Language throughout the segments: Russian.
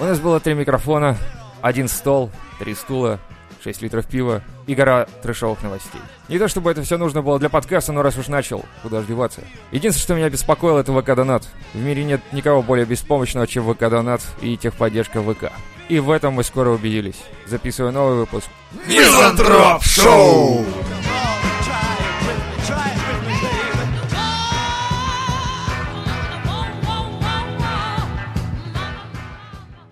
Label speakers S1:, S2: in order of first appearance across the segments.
S1: нас было три микрофона, один стол, три стула, 6 литров пива и гора трешовых новостей. Не то чтобы это все нужно было для подкаста, но раз уж начал, куда ж деваться. Единственное, что меня беспокоило, это ВК-донат. В мире нет никого более беспомощного, чем ВК-донат и техподдержка ВК. И в этом мы скоро убедились. Записываю новый выпуск.
S2: Мизантроп Шоу!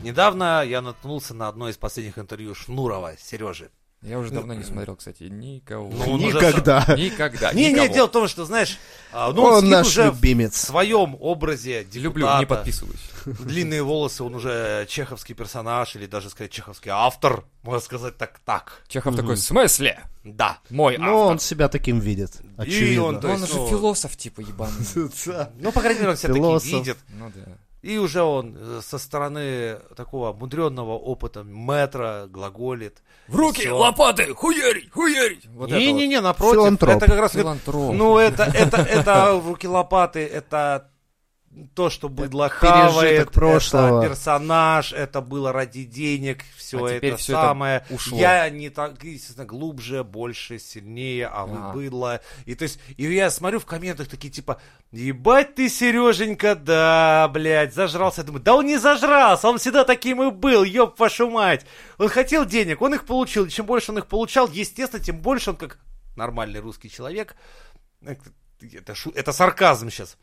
S3: Недавно я наткнулся на одно из последних интервью Шнурова, Сережи.
S1: Я уже давно не смотрел, кстати, никого.
S3: Ну, он уже
S2: Никогда.
S1: Никогда.
S3: Не, не,
S1: никого.
S3: дело в том, что, знаешь, а, ну, он,
S2: Он
S3: сидит
S2: наш
S3: уже в
S2: любимец.
S3: своем образе депутата.
S1: Люблю, не подписываюсь.
S3: Длинные волосы, он уже чеховский персонаж, или даже, сказать, чеховский автор, можно сказать так, так,
S1: Чехов такой, в смысле?
S3: да.
S1: Мой
S2: Но он
S1: автор.
S2: себя таким видит,
S3: он
S2: очевидно.
S3: Ну, то есть,
S1: Он же
S3: ну,
S1: философ, типа, ебаный.
S2: Да.
S3: Ну, по крайней мере, он себя
S2: Философ.
S3: таки видит.
S1: Ну да.
S3: И уже он э, со стороны такого мудренного опыта метра глаголит.
S1: В руки,
S3: Всё.
S1: лопаты, хуярить, хуярить. Вот это вот.
S3: Не-не-не, напротив,
S2: Филантроп.
S3: это как раз... говорит,
S1: Филантроп.
S3: Ну, это, это, это в руки лопаты, это то, что быдло
S2: пережиток
S3: хавает,
S2: прошлого.
S3: это персонаж, это было ради денег, все
S1: А теперь
S3: это
S1: всё это
S3: самое.
S1: ушло.
S3: Я не так, естественно, глубже, больше, сильнее, а вы
S1: Ага.
S3: быдло. И то есть, и я смотрю в комментах такие типа, ебать ты, Сереженька, да, блядь, зажрался. Я думаю, да он не зажрался, он всегда таким и был, ёб вашу мать. Он хотел денег, он их получил, и чем больше он их получал, естественно, тем больше он как нормальный русский человек это, шу- это сарказм сейчас.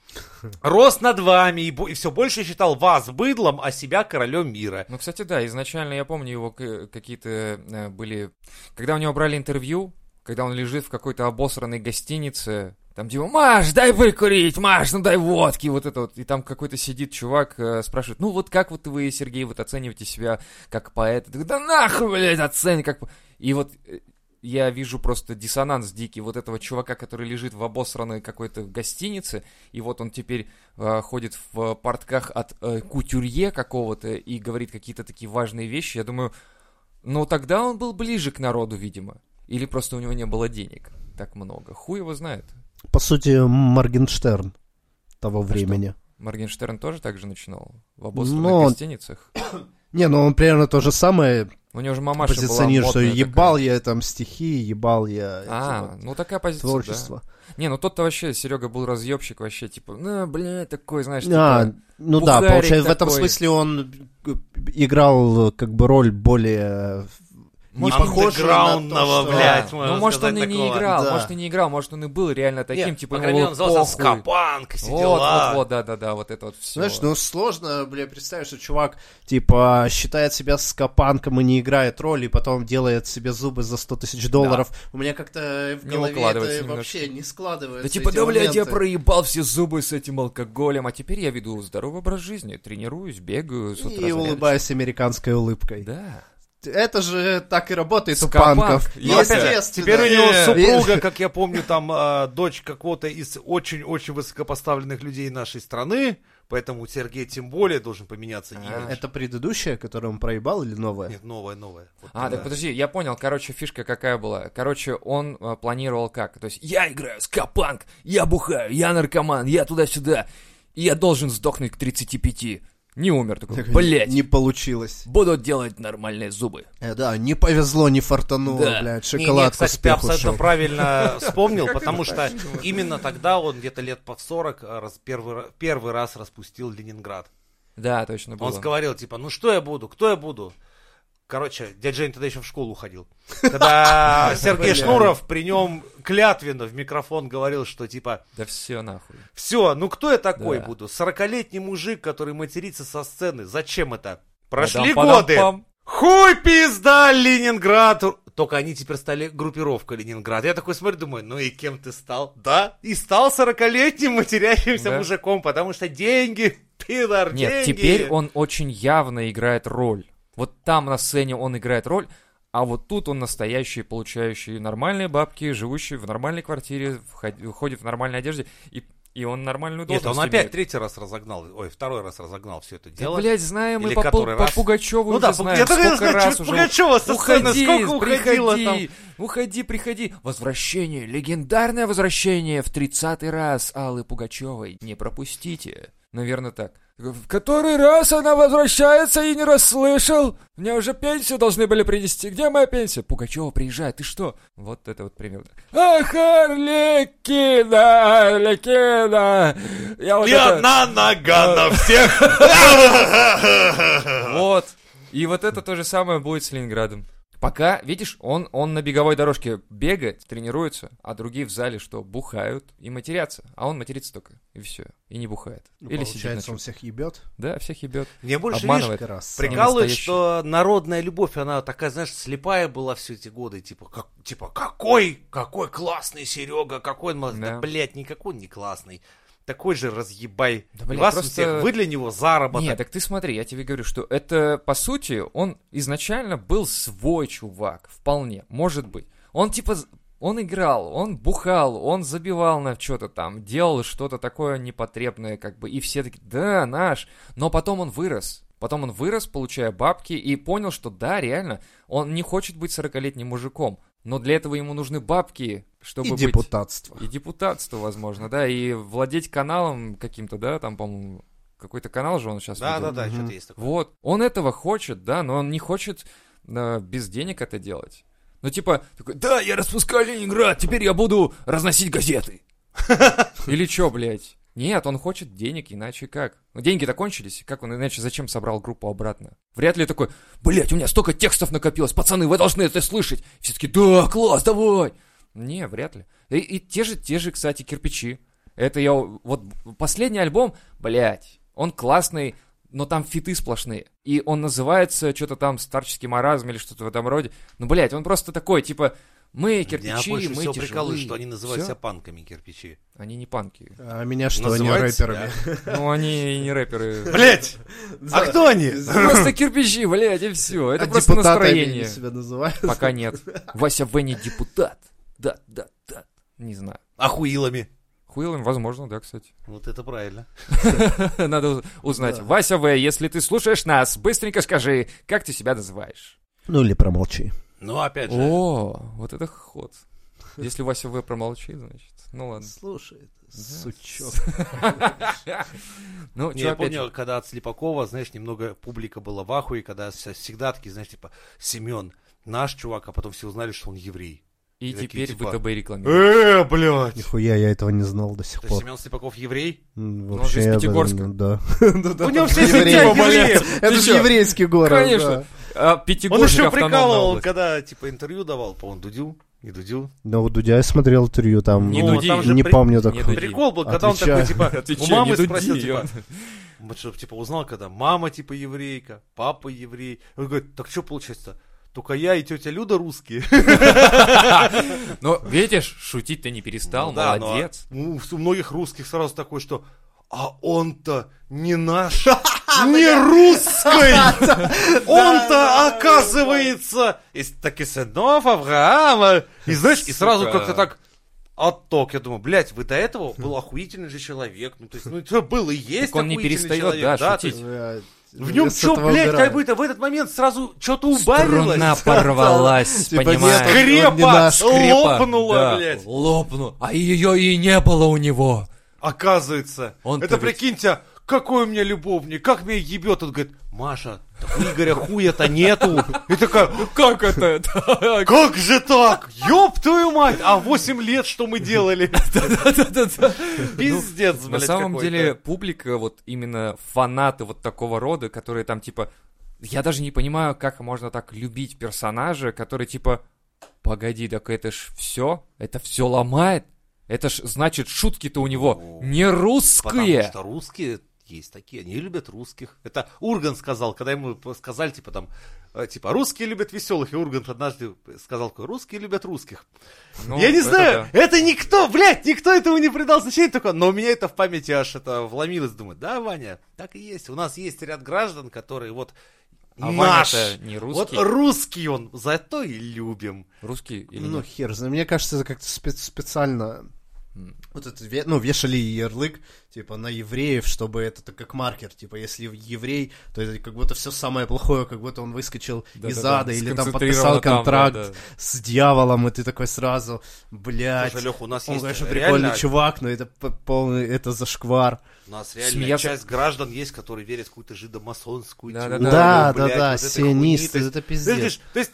S3: Рос над вами и, бо- и все больше считал вас быдлом, а себя королем мира.
S1: Ну, кстати, да, изначально я помню его к- какие-то э, были... Когда у него брали интервью, когда он лежит в какой-то обосранной гостинице, там типа «Маш, дай выкурить! Маш, ну дай водки!» Вот это вот. И там какой-то сидит чувак, э, спрашивает «Ну вот как вот вы, Сергей, вот оцениваете себя как поэт?» Я такой, «Да нахуй, блядь, оцени как...» по-» И вот э, я вижу просто диссонанс дикий вот этого чувака, который лежит в обосранной какой-то гостинице, и вот он теперь э, ходит в э, портках от э, кутюрье какого-то и говорит какие-то такие важные вещи, я думаю, ну тогда он был ближе к народу, видимо. Или просто у него не было денег так много. Хуй его знает.
S2: По сути, Моргенштерн
S1: А
S2: того времени.
S1: Моргенштерн тоже так же начинал в обосранных
S2: Ну, он-
S1: гостиницах.
S2: Не, ну он примерно то же самое
S1: У него же мамаша была
S2: позиционирует, что
S1: модная
S2: ебал
S1: такая.
S2: я там стихи, ебал я эти
S1: А,
S2: вот
S1: ну такая позиция, да.
S2: творчество.
S1: Не, ну тот-то вообще, Серега был разъебщик вообще, типа, ну, бля, такой, знаешь,
S2: А,
S1: типа,
S2: ну да,
S1: Бухарик
S2: получается, в этом
S1: такой.
S2: смысле он э, играл э, как бы роль более не
S1: Может,
S2: похожую на
S3: андеграундного,
S2: то, что...
S3: блядь.
S1: Да.
S3: можно
S1: Ну, может, он
S3: сказать
S1: и не
S3: такого.
S1: играл,
S2: Да.
S1: может, и не играл, может, он и был реально таким,
S3: Нет,
S1: типа,
S3: по
S1: ему
S3: крайней мере, он
S1: было
S3: назывался
S1: похуй.
S3: скапанк, все
S1: Вот,
S3: дела.
S1: вот, вот, да-да-да, вот это вот все.
S2: Знаешь, ну сложно, бля, представить, что чувак, типа, считает себя скопанком и не играет роли, и потом делает себе зубы за 100 тысяч долларов. У меня как-то в
S1: Не
S2: голове
S1: укладывается
S2: это
S1: немножко.
S2: вообще не складывается.
S1: Да типа,
S2: эти
S1: да, блядь, я
S2: моменты.
S1: проебал все зубы с этим алкоголем, а теперь я веду здоровый образ жизни, тренируюсь, бегаю с утра.
S2: И
S1: заряжаюсь».
S2: улыбаюсь американской улыбкой.
S1: Да.
S2: Это же так и работает у
S1: Скопанк.
S2: панков.
S1: Ну, опять же,
S2: Естественно.
S3: Теперь у него
S1: Э,
S3: супруга, как я помню, там э, дочь какого-то из очень-очень высокопоставленных людей нашей страны, поэтому Сергей тем более должен
S1: А,
S3: поменяться имидж.
S2: Это предыдущая, которую он проебал, или новая?
S3: Нет, новое, новое. Вот
S1: А,
S3: это.
S1: так подожди, я понял, короче, фишка какая была. Короче, он а, планировал как? То есть, я играю скапанк, я бухаю, я наркоман, я туда-сюда, и я должен сдохнуть к 35. Не умер такой, блядь,
S2: Не получилось.
S1: буду делать нормальные зубы.
S2: Э, да, не повезло, не фартануло,
S1: Да.
S2: блядь,
S3: Не, не,
S2: шоколадку
S3: кстати,
S2: с
S3: ты
S2: пиху
S3: абсолютно
S2: шел.
S3: правильно вспомнил, потому что именно тогда он где-то лет под 40 раз- первый ра- первый раз распустил Ленинград.
S1: Да, точно было.
S3: Он говорил, типа, ну что я буду, кто я буду? Короче, дядя Жень тогда еще в школу ходил. Когда Сергей
S2: Блядь.
S3: Шнуров при нем клятвенно в микрофон говорил, что типа,
S1: Да все нахуй.
S3: все, ну кто я такой
S1: Да.
S3: буду? 40-летний мужик, который матерится со сцены, зачем это? Прошли
S1: Падам-падам-пам.
S3: годы, Хуй пизда, Ленинград! Только они теперь стали группировка Ленинград. Я такой смотрю, думаю, ну и кем ты стал? Да, и стал 40-летним матерящимся
S1: Да.
S3: мужиком, потому что деньги, пидор,
S1: Нет,
S3: деньги.
S1: теперь он очень явно играет роль. Вот там на сцене он играет роль, а вот тут он настоящий, получающий нормальные бабки, живущий в нормальной квартире, вход- ходит в нормальной одежде, и, и он нормальную
S3: Нет,
S1: должность
S3: он опять
S1: имеет.
S3: третий раз разогнал, ой, второй раз разогнал все это
S1: Да,
S3: дело.
S1: блядь, знаем мы
S3: Или
S1: по, Пу-
S3: который
S1: по
S3: раз?
S1: Пугачеву
S3: ну
S1: уже
S3: да,
S1: знаем,
S3: я только не
S1: сколько
S3: знаю,
S1: раз
S3: что
S1: уже.
S3: Пугачева со сцены,
S1: Уходи,
S3: сколько уходило там.
S1: приходи, уходи, приходи. Возвращение, легендарное возвращение в тридцатый раз Аллы Пугачевой. Не пропустите. Наверное, так. В который раз она возвращается и не расслышал? Мне уже пенсию должны были принести. Где моя пенсия? Пугачева, приезжай, ты что? Вот это вот пример. Ах, Арлекина, Арлекина. Я вот
S3: И
S1: это-
S3: одна нога на всех.
S1: Вот. И вот это то же самое будет с Ленинградом. Пока, видишь, он, он на беговой дорожке бегает, тренируется, а другие в зале что, бухают и матерятся. А он матерится только, и все, и не бухает. Или сидит на
S2: Ну, Получается,
S1: чем.
S2: он всех ебет.
S1: Да, всех ебет.
S3: Мне больше, видишь,
S1: Обманывает.
S2: Раз.
S3: Прикалывает,
S1: Настоящий.
S3: что народная любовь, она такая, знаешь, слепая была все эти годы. Типа, как, типа какой, какой классный Серега, какой он молодец. Да,
S1: Да.
S3: блядь, никакой он не классный. Такой же разъебай.
S1: Да, блядь,
S3: И вас
S1: просто-
S3: всех, вы для него заработок.
S1: Нет, так ты смотри, я тебе говорю, что это, по сути, он изначально был свой чувак, вполне, может быть. Он типа, з- он играл, он бухал, он забивал на что-то там, делал что-то такое непотребное, как бы, и все такие, да, наш. Но потом он вырос. Потом он вырос, получая бабки, и понял, что да, реально, он не хочет быть 40-летним мужиком. Но для этого ему нужны бабки, чтобы
S2: И
S1: быть...
S2: депутатство.
S1: И депутатство, возможно, да, и владеть каналом каким-то, да, там, по-моему, какой-то канал же он сейчас
S3: да, да, да, что-то есть такое.
S1: Вот, он этого хочет, да, но он не хочет э, без денег это делать. Ну, типа, такой, да, я распускаю Ленинград, теперь я буду разносить газеты. Или чё, блядь? Нет, он хочет денег, иначе как? Ну, деньги-то кончились, как он иначе зачем собрал группу обратно? Вряд ли такой, блядь, у меня столько текстов накопилось, пацаны, вы должны это слышать. Все таки да, класс, давай. Не, вряд ли. И, и те же, те же, кстати, кирпичи. Это я... у- Вот последний альбом, блядь, он классный, но там фиты сплошные. И он называется что-то там старческий маразм или что-то в этом роде. Ну, блядь, он просто такой, типа, мы
S3: Меня
S1: кирпичи,
S3: больше
S1: мы
S3: всего
S1: тяжелые.
S3: прикалывает, что они называют
S1: Всё?
S3: себя панками кирпичи.
S1: Они не панки.
S2: А меня что, они
S3: Называется,
S2: рэперами?
S1: Ну, они и не рэперы.
S3: Блять! А кто они?
S1: Просто кирпичи, блядь, и все. Это
S2: А
S1: просто
S2: депутатами
S1: настроение.
S2: они себя называют.
S1: Пока нет. Вася В не депутат. Да, да, да. Не знаю.
S3: Ахуилами.
S1: Хуил им, возможно, да, кстати.
S3: Вот это правильно.
S1: Надо уз- узнать.
S2: Да.
S1: Вася В, если ты слушаешь нас, быстренько скажи, как ты себя называешь?
S2: Ну или промолчи.
S3: Ну, опять же,
S1: О, вот это ход. Если Вася В промолчит, значит. Ну ладно.
S2: Слушай, сучок.
S1: Ну,
S3: Не,
S1: чё,
S3: я
S1: опять
S3: помню,
S1: же,
S3: когда от Слепакова, знаешь, немного публика была в ахуе, когда вся- всегда такие, знаешь, типа, Семен, наш чувак, а потом все узнали, что он еврей.
S1: и
S3: такие,
S1: теперь
S3: типа,
S1: ВТБ рекламирует.
S3: Э, блядь!
S2: Нихуя, я этого не знал до сих
S3: То есть
S2: пор.
S3: Семен Слепаков еврей?
S2: М,
S1: он же
S2: Вообще,
S1: из
S2: я-
S1: Пятигорска.
S2: Да.
S3: У него все
S2: Евреи,
S3: сидят
S1: блядь.
S3: евреи!
S1: Ты
S2: Это же
S1: чё?
S2: еврейский город.
S1: Конечно.
S2: да.
S1: А,
S3: Э, Он
S1: Пятигорск
S3: еще
S1: автономная
S3: прикалывал,
S1: область.
S3: когда, типа, интервью давал, по-моему, Дудю. Не Дудю.
S2: Но у Дудя я смотрел интервью, там
S1: Не
S2: ну,
S1: дуди.
S3: там же
S2: не
S3: при-
S2: помню
S1: не
S2: такого.
S1: дуди.
S3: Прикол был, когда он такой,
S2: Отвечаю.
S3: типа, у
S1: Отвечай,
S3: мамы
S1: не дуди,
S3: спросил,
S1: и
S3: типа,
S1: он-
S3: Вот чтоб, типа, узнал, когда мама, типа, еврейка, папа еврей. Он говорит, так что получается Только я и тетя Люда русские.
S1: Но Ну, видишь, шутить ты не перестал,
S3: Ну да, ну, а-
S1: молодец.
S3: ну, у многих русских сразу такой, что а он-то не наш, не русский. Он-то, оказывается, из таки сынов Авраама. И знаешь, и сразу
S1: Сука.
S3: как-то так отток. Я думаю, блядь, вы до этого был охуительный же человек. Ну, то есть, ну, это был и есть
S1: Так он не
S3: охуительный
S1: перестает,
S3: человек,
S1: да,
S3: то
S1: шутить.
S3: есть
S2: Блядь,
S3: В нем
S2: с
S3: что,
S2: этого
S3: блядь,
S2: дыра.
S3: как будто в этот момент сразу что-то убавилось.
S1: Струна порвалась,
S2: Типа,
S1: понимаешь?
S2: нет, Он не
S3: Скрепа
S2: наш,
S1: Скрепа,
S3: лопнула,
S1: да,
S3: блядь.
S1: Лопнула. А ее и не было у него.
S3: Оказывается.
S1: Он-то
S3: это
S1: ведь-
S3: прикиньте, какой у меня любовник, как меня ебет. Он говорит, Маша, так у Игоря хуя-то нету. И такая,
S1: Как это?
S3: как же так? Ёб твою мать! А 8 лет что мы делали? Пиздец, Ну, блядь,
S1: Ну, На самом
S3: какой-то.
S1: деле, публика, вот именно фанаты вот такого рода, которые там типа... Я даже не понимаю, как можно так любить персонажа, который типа... Погоди, так это ж все, это все ломает. Это ж значит шутки-то у него
S3: О,
S1: не
S3: Потому
S1: русские.
S3: что русские есть такие, они любят русских. Это Урган сказал, когда ему сказали, типа там, э, типа, русские любят веселых. И Ургант однажды сказал, такой, русские любят русских.
S1: Ну,
S3: Я не
S1: это
S3: знаю,
S1: да.
S3: это никто, блядь, никто этому не придал значения, только, но у меня это в памяти аж это вломилось, думаю, да, Ваня, так и есть, у нас есть ряд граждан, которые вот
S1: А
S3: наш,
S1: Ваня-то не
S3: вот
S1: русский.
S3: русский он, зато и любим.
S1: Русский или
S2: Ну,
S1: нет?
S2: хер знает. Мне кажется, это как-то спе- специально Вот это, ве- ну, вешали ярлык, типа, на евреев, чтобы это так как маркер, типа, если еврей, то это как будто все самое плохое, как будто он выскочил из
S1: Да-да-да,
S2: ада, или там
S1: сконцентрировано
S2: подписал
S1: там,
S2: контракт
S1: да, да.
S2: с дьяволом, и ты такой сразу, блядь,
S3: Слушай, Леха, у нас
S2: он,
S3: есть
S2: конечно,
S3: реально-
S2: прикольный чувак, но это п- полный, это зашквар.
S3: У нас реально
S1: Смеяться-
S3: часть граждан есть, которые верят в какую-то жидомасонскую
S1: Да,
S3: теорию.
S1: да,
S2: Да,
S3: ну, блядь,
S2: да,
S3: вот
S2: да,
S3: этой
S2: сионисты,
S3: хуйни.
S2: это
S3: То есть, ты ж-
S2: пиздец.
S3: то есть,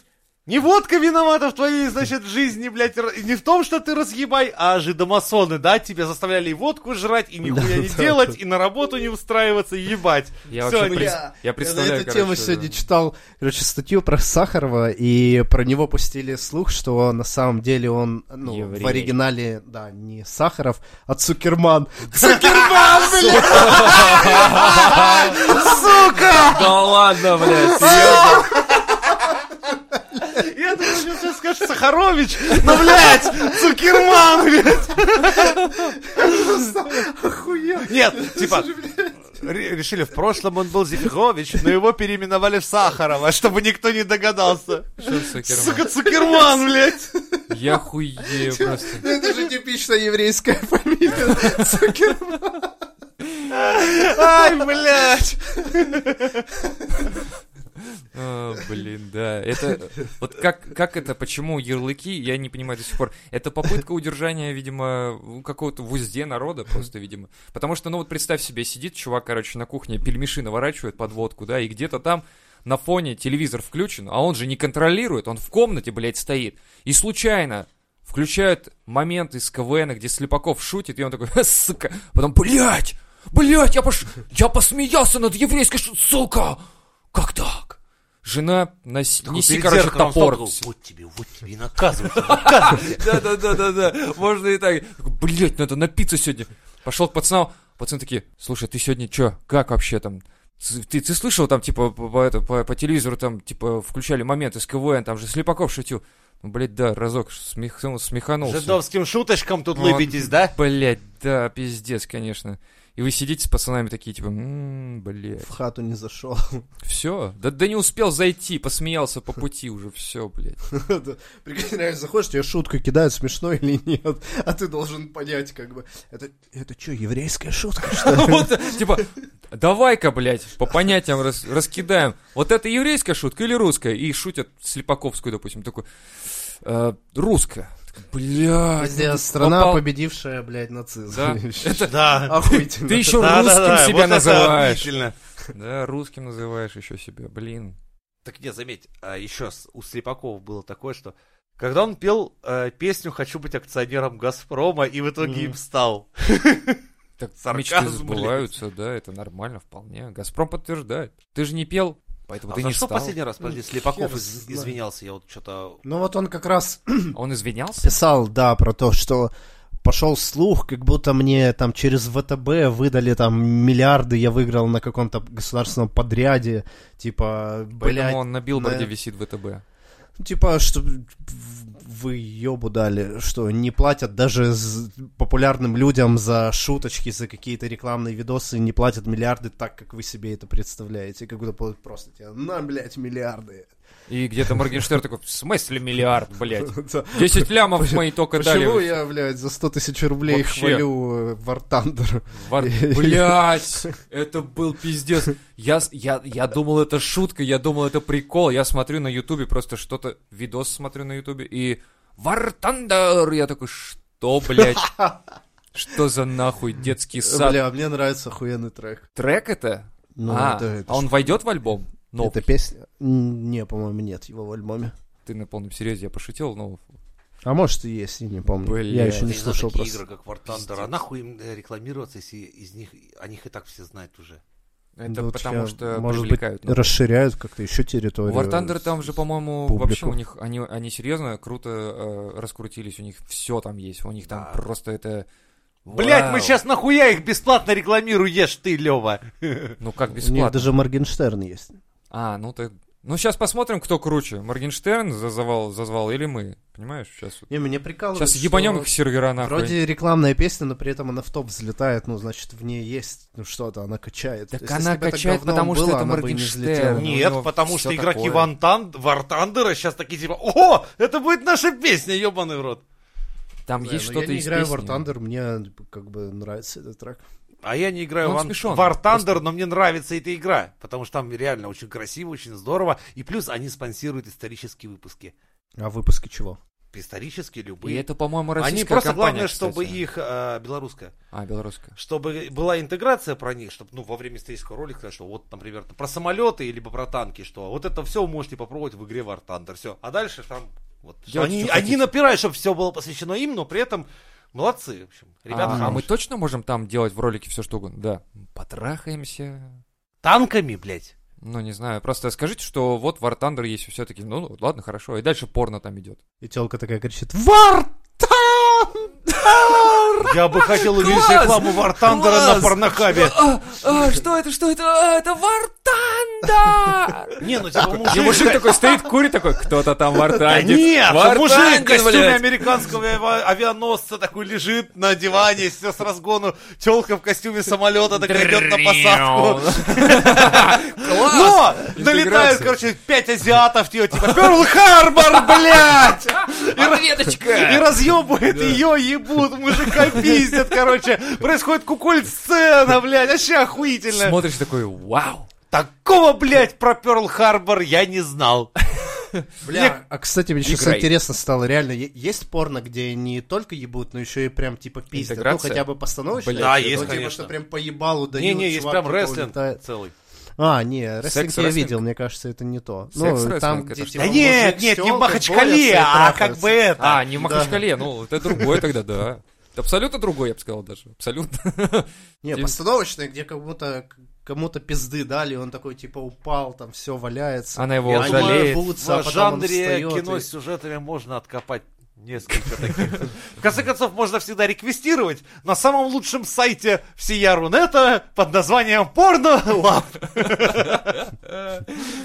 S3: не водка виновата в твоей, значит, жизни, блядь, р- не в том, что ты разъебай, а жидомасоны, да, тебя заставляли и водку жрать, и нихуя не
S2: Да, да,
S3: делать, и на работу не устраиваться, ебать.
S1: Я
S3: Всё,
S1: вообще
S3: они-
S1: прис-
S2: Бля,
S1: я представляю,
S2: на эту
S1: короче,
S2: тему сегодня
S1: да.
S2: читал, короче, статью про Сахарова, и про него пустили слух, что на самом деле он, ну,
S1: Еврей.
S2: в оригинале, да, не Сахаров, а Цукерман.
S3: Цукерман, блядь! Сука!
S1: Да ладно, блядь,
S3: Я думал, сейчас ты скажешь Сахарович, но, блядь, Цукерман, блядь.
S2: Охуенно.
S3: Нет, типа, ре- решили, в прошлом он был Зефирович, но его переименовали в Сахарова, чтобы никто не догадался.
S1: серьезно?
S3: Сука, Цукерман, блядь.
S1: Я хуею просто.
S2: Ну, Это же типичная еврейская фамилия. Цукерман.
S3: Ай, блядь.
S1: А, блин, да. Это вот как, как это, почему ярлыки, я не понимаю до сих пор. Это попытка удержания, видимо, у какого-то в узде народа просто, видимо. Потому что, ну вот представь себе, сидит чувак, короче, на кухне, пельмеши наворачивает под водку, да, и где-то там на фоне телевизор включен, а он же не контролирует, он в комнате, блядь, стоит. И случайно включают момент из КВН, где Слепаков шутит, и он такой, «Ха, сука, потом, блядь, блядь, я, пош... я посмеялся над еврейской, шу- сука, как так? Жена, нас... неси, короче, топор.
S3: Вот тебе, вот тебе и наказывают.
S1: Да-да-да-да-да, можно и так. Блять, надо напиться сегодня. Пошел к пацанам, пацаны такие, слушай, а ты сегодня чё, как вообще там? Ц- Ты, ты слышал там, типа, по, по это, по- по телевизору там, типа, включали момент из КВН, там же Слепаков шутил. Ну, блядь, да, разок смех, смеханулся.
S3: Жидовским шуточкам тут
S1: Вот.
S3: лыбитесь, да?
S1: Блять, да, пиздец, конечно. И вы сидите с пацанами такие, типа, «М, блядь,
S2: В хату не зашел.
S1: все. Да, да не успел зайти, посмеялся по пути уже, все, блядь.
S2: Да. Прикинь, реально заходишь, тебе шутку кидают, смешно или нет, а ты должен понять, как бы, это, это что, еврейская шутка, что ли?
S1: Вот, типа, давай-ка, блядь, по понятиям рас- раскидаем. Вот это еврейская шутка или русская? И шутят Слепаковскую, допустим, такой, «Э, русская. Блядь. ну ты
S2: Пиздец, страна,
S1: попал.
S2: победившая, блядь, нацизм.
S1: Да. Это-
S3: Да.
S2: Охуительно.
S1: Ты еще
S3: Да, да,
S1: русским
S3: да, вот
S1: себя
S3: это
S1: называешь.
S3: обидительно.
S1: Да, русским называешь еще себя, блин.
S3: Так не, заметь, а еще с- у Слепакова было такое, что когда он пел э, песню «Хочу быть акционером Газпрома» и в итоге
S2: Мгм.
S3: им стал.
S1: Так мечты
S3: Сарказм,
S1: сбываются, да, это нормально вполне. Газпром подтверждает. Ты же не пел, поэтому
S3: а
S1: ты
S3: за
S1: не
S3: что
S1: стал.
S3: последний раз, подожди, Слепаков
S2: хер
S3: из-
S2: знает.
S3: извинялся, я вот что-то...
S2: Ну вот он как раз
S1: А Он извинялся?
S2: писал, да, про то, что пошел слух, как будто мне там через ВТБ выдали там миллиарды, я выиграл на каком-то государственном подряде, типа, блядь,
S1: Поэтому он на билборде
S2: да.
S1: висит ВТБ.
S2: типа, что вы ёбу дали, что не платят даже з- популярным людям за шуточки, за какие-то рекламные видосы, не платят миллиарды так, как вы себе это представляете, как будто пл- просто тебе, на, блядь, миллиарды.
S1: И где-то Моргенштерн такой, в смысле миллиард, блядь?
S2: Да.
S1: 10 лямов мои только
S2: Ну, Почему
S1: дали.
S2: я, блядь, за 100 тысяч рублей
S1: Вообще.
S2: хвалю э, War Thunder?
S1: Вар- Блядь, это был пиздец. Я, с- я, я думал, это шутка, я думал, это прикол. Я смотрю на ютубе просто что-то, видос смотрю на ютубе, и War Thunder! Я такой, что, блядь? Что за нахуй детский сад?
S2: Э, Бля, мне нравится охуенный трек.
S1: Трек это?
S2: Ну,
S1: а,
S2: это- это
S1: а он войдет в альбом? Ну,
S2: Это песня? М, Не, по-моему, нет его в альбоме.
S1: ты на полном серьезе, я пошутил, ну, но...
S2: А может и есть, я не помню. Я
S1: Блядь.
S2: еще не
S3: Блин, а
S2: слушал
S3: такие
S2: просто.
S3: игры, как War Thunder, а нахуй им э, рекламироваться, если из них, о них и так все знают уже.
S1: Это
S2: Ну, вот
S1: потому
S2: я-
S1: что
S2: может быть,
S1: привлекают. ну.
S2: Расширяют как-то еще
S1: У
S2: территорию.
S1: War Thunder там же, по-моему,
S2: публику.
S1: вообще у них, они, они серьезно круто э, раскрутились, у них все там есть, у них там
S3: Да.
S1: просто это...
S3: Блять, мы
S1: Вау.
S3: сейчас нахуя их бесплатно рекламируешь ты, Лева?
S1: Ну как
S2: У них
S1: бесплатно?
S2: даже Моргенштерн есть.
S1: А, ну так... Ну сейчас посмотрим, кто круче, Моргенштерн зазывал, зазвал или мы, понимаешь? Сейчас,
S2: Не, меня прикалывает,
S1: сейчас ебанем их сервера нахуй.
S2: Вроде рекламная песня, но при этом она в топ взлетает, ну, значит, в ней есть ну, что-то, она качает.
S1: Так
S2: То есть,
S1: она
S2: если бы это
S1: качает,
S2: говном
S1: потому что
S2: было,
S1: это
S2: она бы и не
S1: Моргенштерн.
S2: взлетела.
S1: Не,
S3: Нет,
S1: ну,
S3: потому
S1: всё
S3: что игроки
S1: такое.
S3: Ван Тан- War Thunder сейчас такие типа, о, это будет наша песня, ебаный в рот.
S1: Там
S2: Да,
S1: есть
S2: но
S1: что-то
S2: ну, Я не
S1: из
S2: играю в
S1: песни.
S2: War Thunder, мне как бы нравится этот трек.
S3: А я не играю
S1: Ну,
S3: в
S1: он
S3: Ан-
S1: смешон,
S3: War Thunder,
S1: просто.
S3: но мне нравится эта игра, потому что там реально очень красиво, очень здорово, и плюс они спонсируют исторические выпуски.
S2: А выпуски чего?
S3: Исторические
S1: И
S3: любые.
S1: это, по-моему, российская
S3: Они просто
S1: компания,
S3: главное, чтобы
S1: кстати.
S3: их э, белорусская,
S1: А, белорусская.
S3: чтобы была интеграция про них, чтобы ну во время исторического ролика, сказать, что вот, например, про самолеты либо про танки, что вот это все вы можете попробовать в игре War Thunder, все. А дальше там вот что
S1: Делайте,
S3: они,
S1: что
S3: они
S1: хотите.
S3: напирают, чтобы все было посвящено им, но при этом молодцы, в общем, ребята.
S1: а, мы
S3: хорошие.
S1: точно можем там делать в ролике все что угодно? Да. Потрахаемся.
S3: танками, блядь.
S1: Ну, не знаю. Просто скажите, что вот War Thunder есть все-таки. Ну, ну, ладно, хорошо. И дальше порно там идет.
S2: И телка такая кричит «War Thunder!»
S3: Я бы хотел увидеть
S1: Класс!
S3: рекламу War Thunder на
S1: Класс!
S3: Порнохабе.
S1: А, а, что это, что это? А, это War Thunder!
S3: Не, ну типа
S1: И
S3: мужик...
S1: мужик такой стоит, курит такой, кто-то там War
S3: Да
S1: Thunder.
S3: нет,
S1: War
S3: мужик в
S1: Thunder,
S3: костюме
S1: блядь!»
S3: американского ава- авианосца такой лежит на диване, все с разгону, телка в костюме самолета такая идет на посадку.
S1: Класс!
S3: Но! Ну, Налетают,
S1: Интеграция.
S3: короче, пять азиатов, ее типа Перл-Харбор, блядь! И
S1: Ответочка!
S3: разъебывает ее, ебут, мужика пиздят, короче. Происходит куколь-сцена, блядь, вообще охуительно.
S1: Смотришь такой, вау!
S3: Такого, блядь, про Перл Харбор я не знал.
S2: Бля, а кстати, мне сейчас
S1: Играй.
S2: интересно стало, реально, е- есть порно, где не только ебут, но еще и прям типа пиздят? Ну,
S1: Интеграция?
S2: хотя бы постановочно.
S1: Бля,
S3: да,
S2: Ну,
S3: есть,
S2: типа,
S3: конечно.
S2: что прям по ебалу дают,
S3: Не-не, есть
S2: чувак
S3: прям
S2: потом
S3: рестлинг
S2: улетает.
S3: целый.
S2: А, не, рестлинг я
S1: Секс-рестлинг?
S2: видел, мне кажется, это не то.
S1: Секс-рестлинг
S2: Ну, там,
S1: это
S2: где
S1: что?
S2: типа
S3: Да
S2: мужик
S3: нет, нет,
S2: с
S3: не в
S2: тёлкой
S3: Махачкале,
S2: борется и
S3: а как
S2: трахаются.
S3: бы это.
S1: А, не в Махачкале, ну, это другое тогда, да. Это Абсолютно другое, я бы сказал даже. Абсолютно.
S2: Не,
S1: Или-
S2: постановочная, где как будто кому-то пизды дали, и он такой, типа, упал, там все валяется.
S1: Она его
S3: Я
S2: Они
S3: думаю,
S1: жалеет.
S2: ебутся, а
S3: в
S2: потом он
S3: жанре
S2: встаёт
S3: кино
S2: и-
S3: с сюжетами можно откопать несколько таких. В конце концов, можно всегда реквестировать на самом лучшем сайте всея Рунета под названием Порно Лав.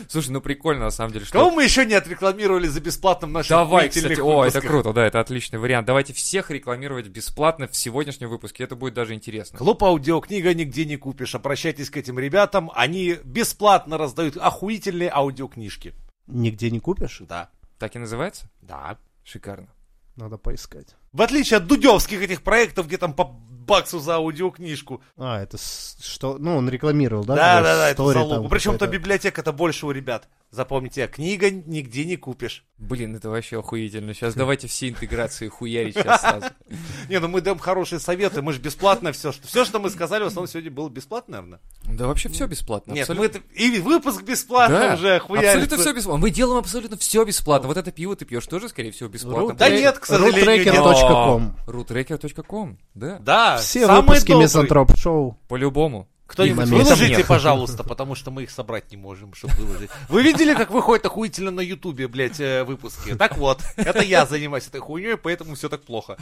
S1: Слушай, ну прикольно, на самом деле, что...
S3: Кого мы еще не отрекламировали за бесплатно в наших
S1: Давай,
S3: охуительных
S1: кстати, о, это
S3: выпусках?
S1: круто, да, это отличный вариант. Давайте всех рекламировать бесплатно в сегодняшнем выпуске, это будет даже интересно.
S3: Клуб аудиокнига нигде не купишь. Обращайтесь к этим ребятам. Они бесплатно раздают охуительные аудиокнижки.
S2: Нигде не купишь?
S3: Да.
S1: Так и называется?
S3: Да.
S1: Шикарно.
S2: Надо поискать.
S3: В отличие от дудевских этих проектов, где там по баксу за аудиокнижку.
S2: А, это с- что? Ну, он рекламировал, да?
S3: Да, да,
S2: когда
S3: да, это
S2: story
S3: залог.
S2: там
S3: Причем то
S2: какой-то-
S3: библиотека-то больше у ребят. Запомните, а книга нигде не купишь.
S1: Блин, это вообще охуительно. Сейчас давайте все интеграции хуярить сейчас сразу.
S3: Не, ну мы даем хорошие советы, мы же бесплатно все. Что, все, что мы сказали, в основном сегодня было бесплатно, наверное.
S1: Да вообще все бесплатно.
S3: Нет, мы
S1: абсолютно.
S3: это- и выпуск бесплатно
S1: Да,
S3: уже
S1: Абсолютно все
S3: охуяли.
S1: бесплатно. Мы делаем абсолютно все бесплатно. Вот это пиво ты пьешь тоже, скорее всего, бесплатно.
S3: Да нет, к сожалению,
S2: Рутрекер.
S3: нет.
S2: Rutracker.com.
S1: Rutracker.com, да,
S3: Да,
S2: Все
S3: самый
S2: выпуски
S3: добрый.
S2: Мизантроп Шоу.
S1: по-любому.
S3: Кто-нибудь
S2: Именно.
S3: выложите,
S1: Нет.
S3: пожалуйста, потому что мы их собрать не можем, чтобы выложить. Вы видели, как выходит охуительно на Ютубе, блядь, э, выпуски? Так вот, это я занимаюсь этой хуйней, поэтому все так плохо.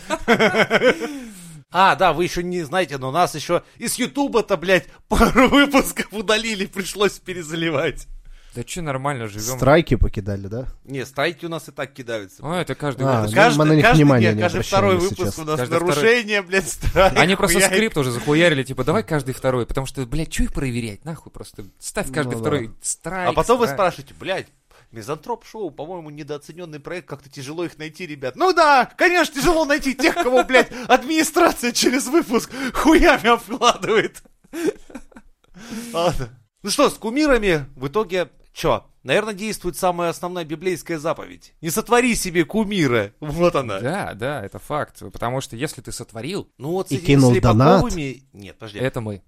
S3: А, да, вы еще не знаете, но нас еще из Ютуба-то, блядь, пару выпусков удалили, пришлось перезаливать.
S1: Да че нормально живем.
S2: Страйки покидали, да?
S3: Не, страйки у нас и так кидаются.
S1: А, это каждый
S2: А,
S1: выпуск.
S2: ну, мы на них
S3: каждый,
S2: внимания
S3: день,
S2: не
S3: каждый
S2: обращаем,
S3: второй
S2: если
S3: выпуск
S2: честно.
S3: у нас
S1: Каждый
S3: нарушение, блядь, страйк.
S1: Они просто
S3: хуяйка.
S1: скрипт уже захуярили, типа, давай каждый второй, потому что, блядь, что их проверять, нахуй, просто ставь каждый
S2: Ну да.
S1: второй страйк.
S3: А потом вы
S1: страйк.
S3: спрашиваете, блядь, Мизантроп Шоу, по-моему, недооцененный проект, как-то тяжело их найти, ребят. Ну да, конечно, тяжело найти тех, кого, блядь, администрация через выпуск хуями обкладывает. Ладно. Ну что, с кумирами в итоге чё? Наверное, действует самая основная библейская заповедь. Не сотвори себе кумира. Вот она.
S1: Да, да, это факт, потому что если ты сотворил,
S3: Ну вот с
S2: И
S3: этими
S2: кинул
S3: Слепаковыми- Нет, подожди.
S1: это мы.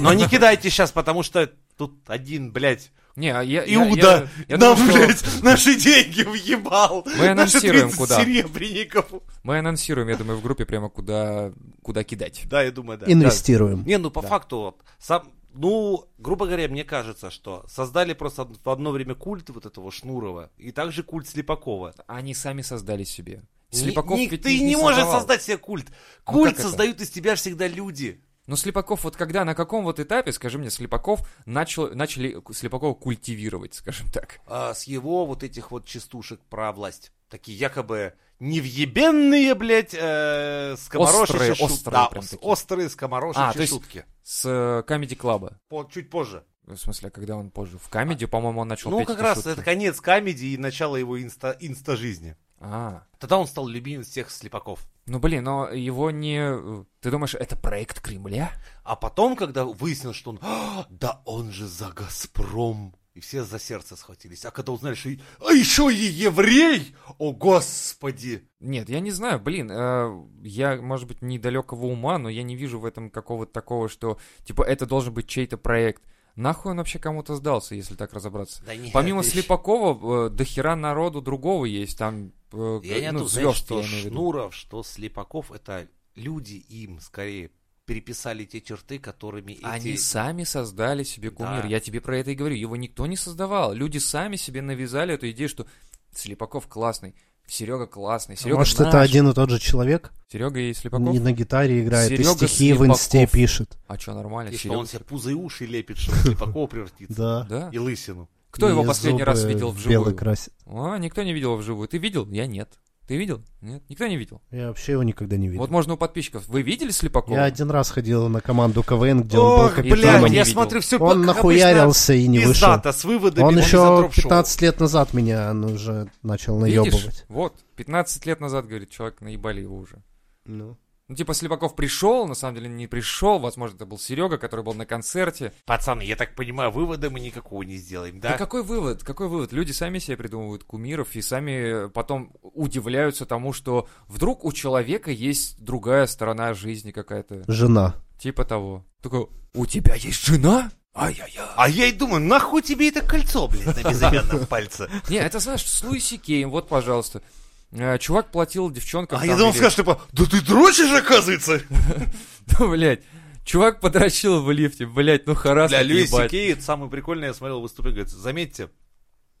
S3: Но не кидайте сейчас, потому что тут один, блядь,
S1: Не, а я... я- я-
S3: Иуда
S1: я
S3: нам,
S1: думаю, что
S3: блядь, наши деньги въебал.
S1: Мы анонсируем,
S3: Наши 30
S1: куда.
S3: серебряников.
S1: Мы анонсируем, я думаю, в группе прямо куда, куда кидать.
S3: Да, я думаю, да. Да.
S2: Инвестируем.
S3: Не, ну по факту, вот, сам, ну, грубо говоря, мне кажется, что создали просто од- в одно время культ вот этого Шнурова и также культ Слепакова.
S1: Они сами создали себе.
S3: Ни-
S1: Слепаков
S3: ни-
S1: ведь
S3: ты
S1: не,
S3: не, можешь
S1: создавал.
S3: создать себе культ.
S1: Ну
S3: Культ
S1: как это?
S3: создают из тебя всегда люди.
S1: Но Слепаков вот когда, на каком вот этапе, скажи мне, Слепаков начал, начали к- Слепакова культивировать, скажем так.
S3: а, с его вот этих вот частушек про власть. Такие якобы невъебенные, блядь, э, скоморошащие
S1: Острые,
S3: шут-
S1: острые
S3: да,
S1: прям
S3: ос-
S1: такие.
S3: острые скоморошащие
S1: А, то есть-
S3: шутки.
S1: С э, Comedy Club.
S3: По- чуть позже.
S1: В смысле, когда он позже в комедию, по-моему, он начал
S3: А, ну,
S1: петь
S3: как
S1: эти
S3: раз
S1: шутки.
S3: это конец комедии и начало его инста- инста-жизни.
S1: А,
S3: Тогда он стал любимым всех слепаков.
S1: Ну, блин, но его не... Ты думаешь, это проект Кремля?
S3: А потом, когда выяснилось, что он... «А, да он же за «Газпром». И все за сердце схватились. А когда узнали, что... и- А еще и еврей! О, господи!
S1: Нет, я не знаю, блин, э, я, может быть, недалекого ума, но я не вижу в этом какого-то такого, что, типа, это должен быть чей-то проект. Нахуй он вообще кому-то сдался, если так разобраться?
S3: Да нет,
S1: Помимо
S3: ты-
S1: Слепакова, э, дохера народу другого есть, там, э,
S3: Я не
S1: ну,
S3: оттуда, знаешь,
S1: звезд,
S3: что
S1: я имею в виду.
S3: Шнуров, что Слепаков, это люди им скорее переписали те черты, которыми эти...
S1: Они сами создали себе кумир.
S3: Да.
S1: Я тебе про это и говорю. Его никто не создавал. Люди сами себе навязали эту идею, что Слепаков классный, Серега классный, Серега
S2: А Может, это
S1: наш.
S2: один и тот же человек?
S1: Серега и Слепаков?
S2: Не на гитаре играет, и
S1: Серега
S2: стихи в инсте
S1: Слепаков.
S2: пишет.
S1: А что, нормально?
S3: И что
S1: Серега-
S3: он себе пузо и уши лепит, что Слепакова превратится.
S2: Да.
S1: Да?
S3: И лысину.
S1: Кто его
S2: И
S1: последний раз
S2: зубы
S1: видел
S2: в
S1: вживую?
S2: Белый красит.
S1: А, никто не видел его вживую. Ты видел? Я нет. Ты видел? Нет. Никто не видел.
S2: Я вообще его никогда не видел.
S1: Вот можно у подписчиков. Вы видели Слепакова?
S2: Я один раз ходил на команду КВН, где он был
S3: Ох,
S2: капитаном.
S1: Там
S3: блядь,
S1: и не
S3: я
S1: видел.
S3: смотрю все
S2: Он нахуярился и не вышел.
S3: с выводами.
S2: Он еще
S3: мизантроп шоу.
S2: 15 лет назад меня ну, уже начал
S1: Видишь?
S2: наебывать.
S1: Вот. 15 лет назад, говорит, человек, наебали его уже. Ну, типа, Слепаков пришел, на самом деле не пришел. Возможно, это был Серега, который был на концерте.
S3: Пацаны, я так понимаю, вывода мы никакого не сделаем,
S1: Да
S3: да?
S1: какой вывод? Какой вывод? Люди сами себе придумывают кумиров и сами э, потом удивляются тому, что вдруг у человека есть другая сторона жизни какая-то.
S2: Жена.
S1: Типа того. Такой, у тебя есть жена? Ай-яй-яй.
S3: А я и думаю, нахуй тебе это кольцо, блядь, на безымянном пальце?
S1: Не, это знаешь, с Луиси Кейм, вот, пожалуйста. Э, Чувак платил девчонкам...
S3: А
S1: там
S3: я думал,
S1: или-
S3: скажешь, типа, да ты дрочишь, оказывается!
S1: Ну, блядь. Чувак подрочил в лифте, блядь, ну харас.
S3: Для Льюиса
S1: ебать.
S3: Кей, это самое прикольное, я смотрел выступление, говорит, заметьте,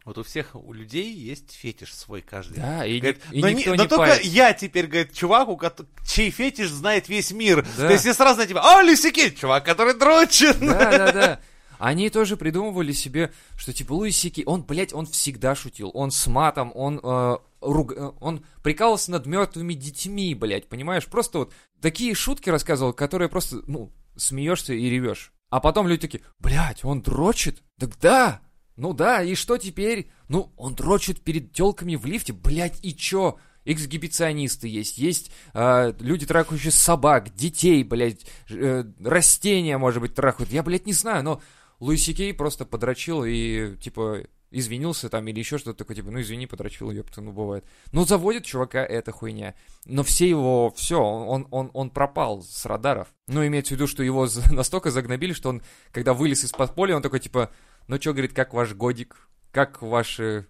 S3: вот у всех, у людей есть фетиш свой каждый.
S1: Да, и,
S3: Говорит,
S1: и
S3: но, не-
S1: никто
S3: но
S1: не
S3: только
S1: парится.
S3: я теперь, говорит, чувак, у кото- чей фетиш знает весь мир.
S1: Да.
S3: То есть я сразу на тебя, а, Льюиса Кей, чувак, который дрочит.
S1: Да, да, да. Они тоже придумывали себе, что типа Луис Сики, он, блядь, он всегда шутил. Он с матом, он, э, руг- э, он прикалывался над мертвыми детьми, блядь, понимаешь? Просто вот такие шутки рассказывал, которые просто, ну, смеешься и ревешь. А потом люди такие, блядь, он дрочит? Так да, ну да, и что теперь? Ну, он дрочит перед телками в лифте, блядь, и чё? Эксгибиционисты есть, есть э, люди, трахающие собак, детей, блядь, ж- э, растения, может быть, трахают. Я, блядь, не знаю, но Луиси Кей просто подрочил и, типа, извинился там или еще что-то такое, типа, ну извини, подрочил, ёпта, ну бывает. Ну заводит чувака эта хуйня. Но все его, все, он, он, он пропал с радаров. Ну имеется в виду, что его за- настолько загнобили, что он, когда вылез из подполья, он такой, типа, ну чё, говорит, как ваш годик, как ваши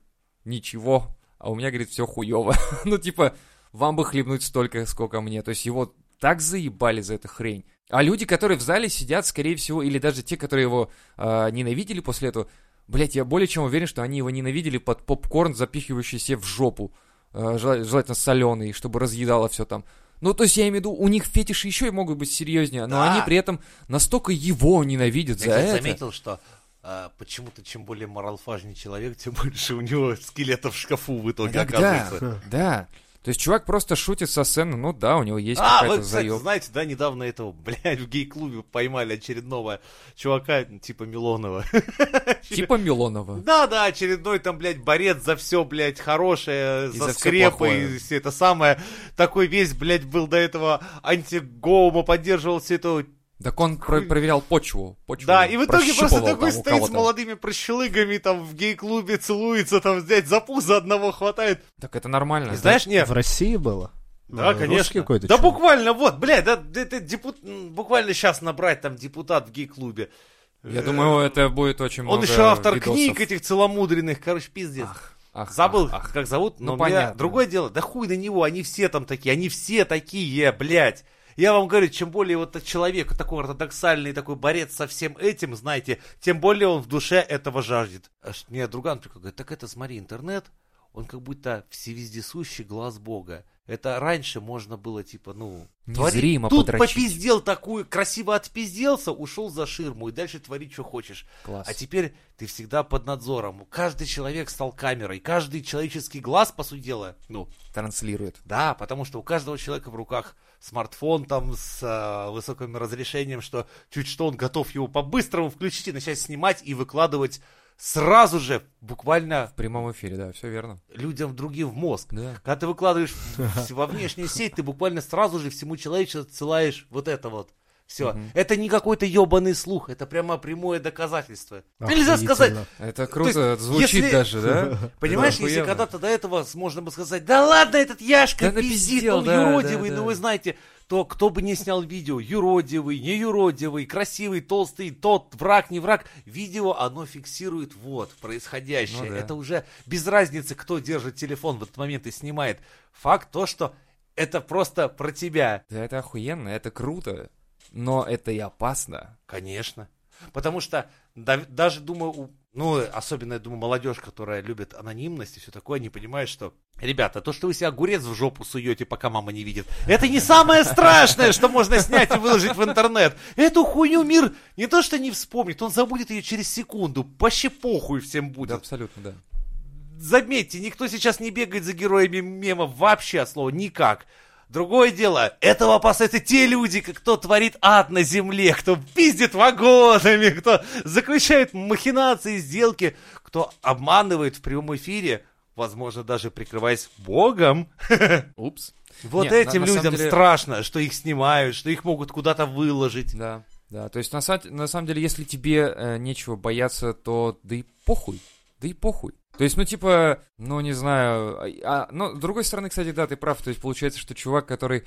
S1: ничего, а у меня, говорит, все хуево. ну типа, вам бы хлебнуть столько, сколько мне. То есть его так заебали за эту хрень. А люди, которые в зале сидят, скорее всего, или даже те, которые его э, ненавидели после этого, блять, я более чем уверен, что они его ненавидели под попкорн, запихивающий себе в жопу, э, жела- желательно соленый, чтобы разъедало все там. Ну, то есть я имею в виду, у них фетиши еще и могут быть серьезнее, но
S3: Да.
S1: они при этом настолько его ненавидят за
S3: Я, кстати,
S1: это.
S3: заметил, что а, почему-то чем более моралфажный человек, тем больше у него скелетов в шкафу в итоге
S1: Так
S3: оказывается.
S1: да, да. То есть чувак просто шутит со сцены, ну да, у него есть
S3: А,
S1: какая-то
S3: вот, кстати,
S1: заёб.
S3: знаете, да, недавно этого, блядь, в гей-клубе поймали очередного чувака, типа Милонова.
S1: Типа Милонова.
S3: Да-да, очередной там, блядь, борец за все, блядь, хорошее,
S1: И
S3: за,
S1: за всё
S3: скрепы,
S1: плохое.
S3: и все это самое. Такой весь, блядь, был до этого антигоума, поддерживал все это.
S1: Так он про- проверял почву. почву
S3: Да, и в итоге просто
S1: прощупывал
S3: такой
S1: там у
S3: стоит с
S1: кого-то.
S3: молодыми прощелыгами там в гей-клубе, целуется там, блядь, за пузо одного хватает.
S1: Так это нормально.
S3: И знаешь, не,
S2: В России было?
S3: А, Да,
S2: Ну, русский
S3: конечно.
S2: какой-то
S3: да
S2: чувак.
S3: буквально, вот, блядь, да, да это депут- м, буквально сейчас набрать там депутат в гей-клубе.
S1: Я
S3: Э,
S1: думаю, это будет очень много
S3: Он еще автор
S1: видосов.
S3: книг этих целомудренных, короче, пиздец.
S1: Ах,
S3: Забыл,
S1: ах, ах.
S3: как зовут,
S1: Ну,
S3: но у меня
S1: понятно.
S3: другое дело. Да хуй на него, они все там такие, они все такие, блядь. Я вам говорю, чем более вот этот человек такой ортодоксальный, такой борец со всем этим, знаете, тем более он в душе этого жаждет. Аж Мне друган прикол говорит, так это смотри, интернет, он как будто всевездесущий глаз Бога. Это раньше можно было, типа, ну, творить.
S1: Незримо
S3: Тут
S1: подрочить.
S3: попиздел такую, красиво отпизделся, ушел за ширму и дальше твори, что хочешь.
S1: Класс.
S3: А теперь ты всегда под надзором. Каждый человек стал камерой. Каждый человеческий глаз, по сути дела, ну,
S1: Транслирует.
S3: да, потому что у каждого человека в руках смартфон там с э, высоким разрешением, что чуть что он готов его по-быстрому включить и начать снимать и выкладывать сразу же, буквально
S1: В прямом эфире, да, все верно.
S3: людям другим в мозг.
S1: Да.
S3: Когда ты выкладываешь в- во внешнюю сеть, ты буквально сразу же всему человечеству отсылаешь вот это вот. Все.
S1: Мгм.
S3: Это не какой-то ебаный слух, это прямо прямое доказательство. Нельзя
S2: Охуительно.
S3: сказать,
S1: Это круто,
S3: То
S1: звучит
S3: если-
S1: даже, да?
S3: Понимаешь,
S1: Да,
S3: если
S1: охуенно.
S3: когда-то до этого с- можно бы сказать, да ладно, этот Яшка
S1: Да
S3: пиздит,
S1: напиздел,
S3: он
S1: да,
S3: юродивый,
S1: да,
S3: но
S1: да.
S3: вы знаете, то кто бы не снял видео, юродивый, не юродивый, красивый, толстый, тот, враг, не враг, видео оно фиксирует вот происходящее.
S1: Ну да.
S3: Это уже без разницы, кто держит телефон в этот момент и снимает. Факт то, что это просто про тебя.
S1: Да, это охуенно, это круто, но это и опасно.
S3: Конечно. Потому что да- даже, думаю, у- ну, особенно, я думаю, молодежь, которая любит анонимность и все такое, не понимает, что, ребята, то, что вы себе огурец в жопу суете, пока мама не видит, это не самое страшное, что можно снять и выложить в интернет. Эту хуйню мир не то что не вспомнит, он забудет ее через секунду. Вообще похуй всем
S1: Да,
S3: будет.
S1: абсолютно, да.
S3: Заметьте, никто сейчас не бегает за героями мема вообще от слова никак. Другое дело, этого опасаются те люди, к- кто творит ад на земле, кто пиздит вагонами, кто заключает махинации, сделки, кто обманывает в прямом эфире, возможно, даже прикрываясь Богом.
S1: Упс.
S3: Вот
S1: Нет, на-
S3: этим
S1: на самом
S3: людям
S1: деле-
S3: страшно, что их снимают, что их могут куда-то выложить.
S1: Да, да. То есть на, са- на самом деле, если тебе э, нечего бояться, то да и похуй. Да и похуй. То есть, ну, типа, ну, не знаю. а- а, ну, с другой стороны, кстати, да, ты прав. То есть, получается, что чувак, который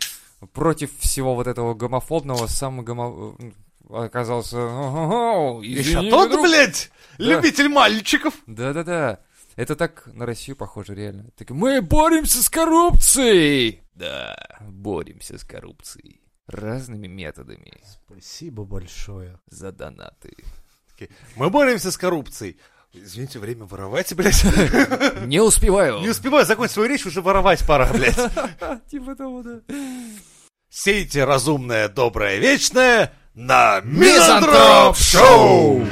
S1: против всего вот этого гомофобного, сам гомо... м, оказался... «О-о-о,
S3: Еще
S1: извини,
S3: тот,
S1: друг».
S3: блядь,
S1: Да.
S3: любитель мальчиков.
S1: Да-да-да. Это так на Россию похоже, реально. Так, мы боремся с коррупцией! Да, боремся с коррупцией. Разными методами.
S2: Спасибо большое.
S1: За донаты.
S3: Такие, Мы боремся с коррупцией. Извините, время воровать, блядь.
S1: Не успеваю.
S3: Не успеваю закончить свою речь, уже воровать пора, блядь.
S1: Типа того, да.
S3: Сейте разумное, доброе, вечное на
S1: Мизантроп
S3: Мизантроп Шоу!
S1: Шоу!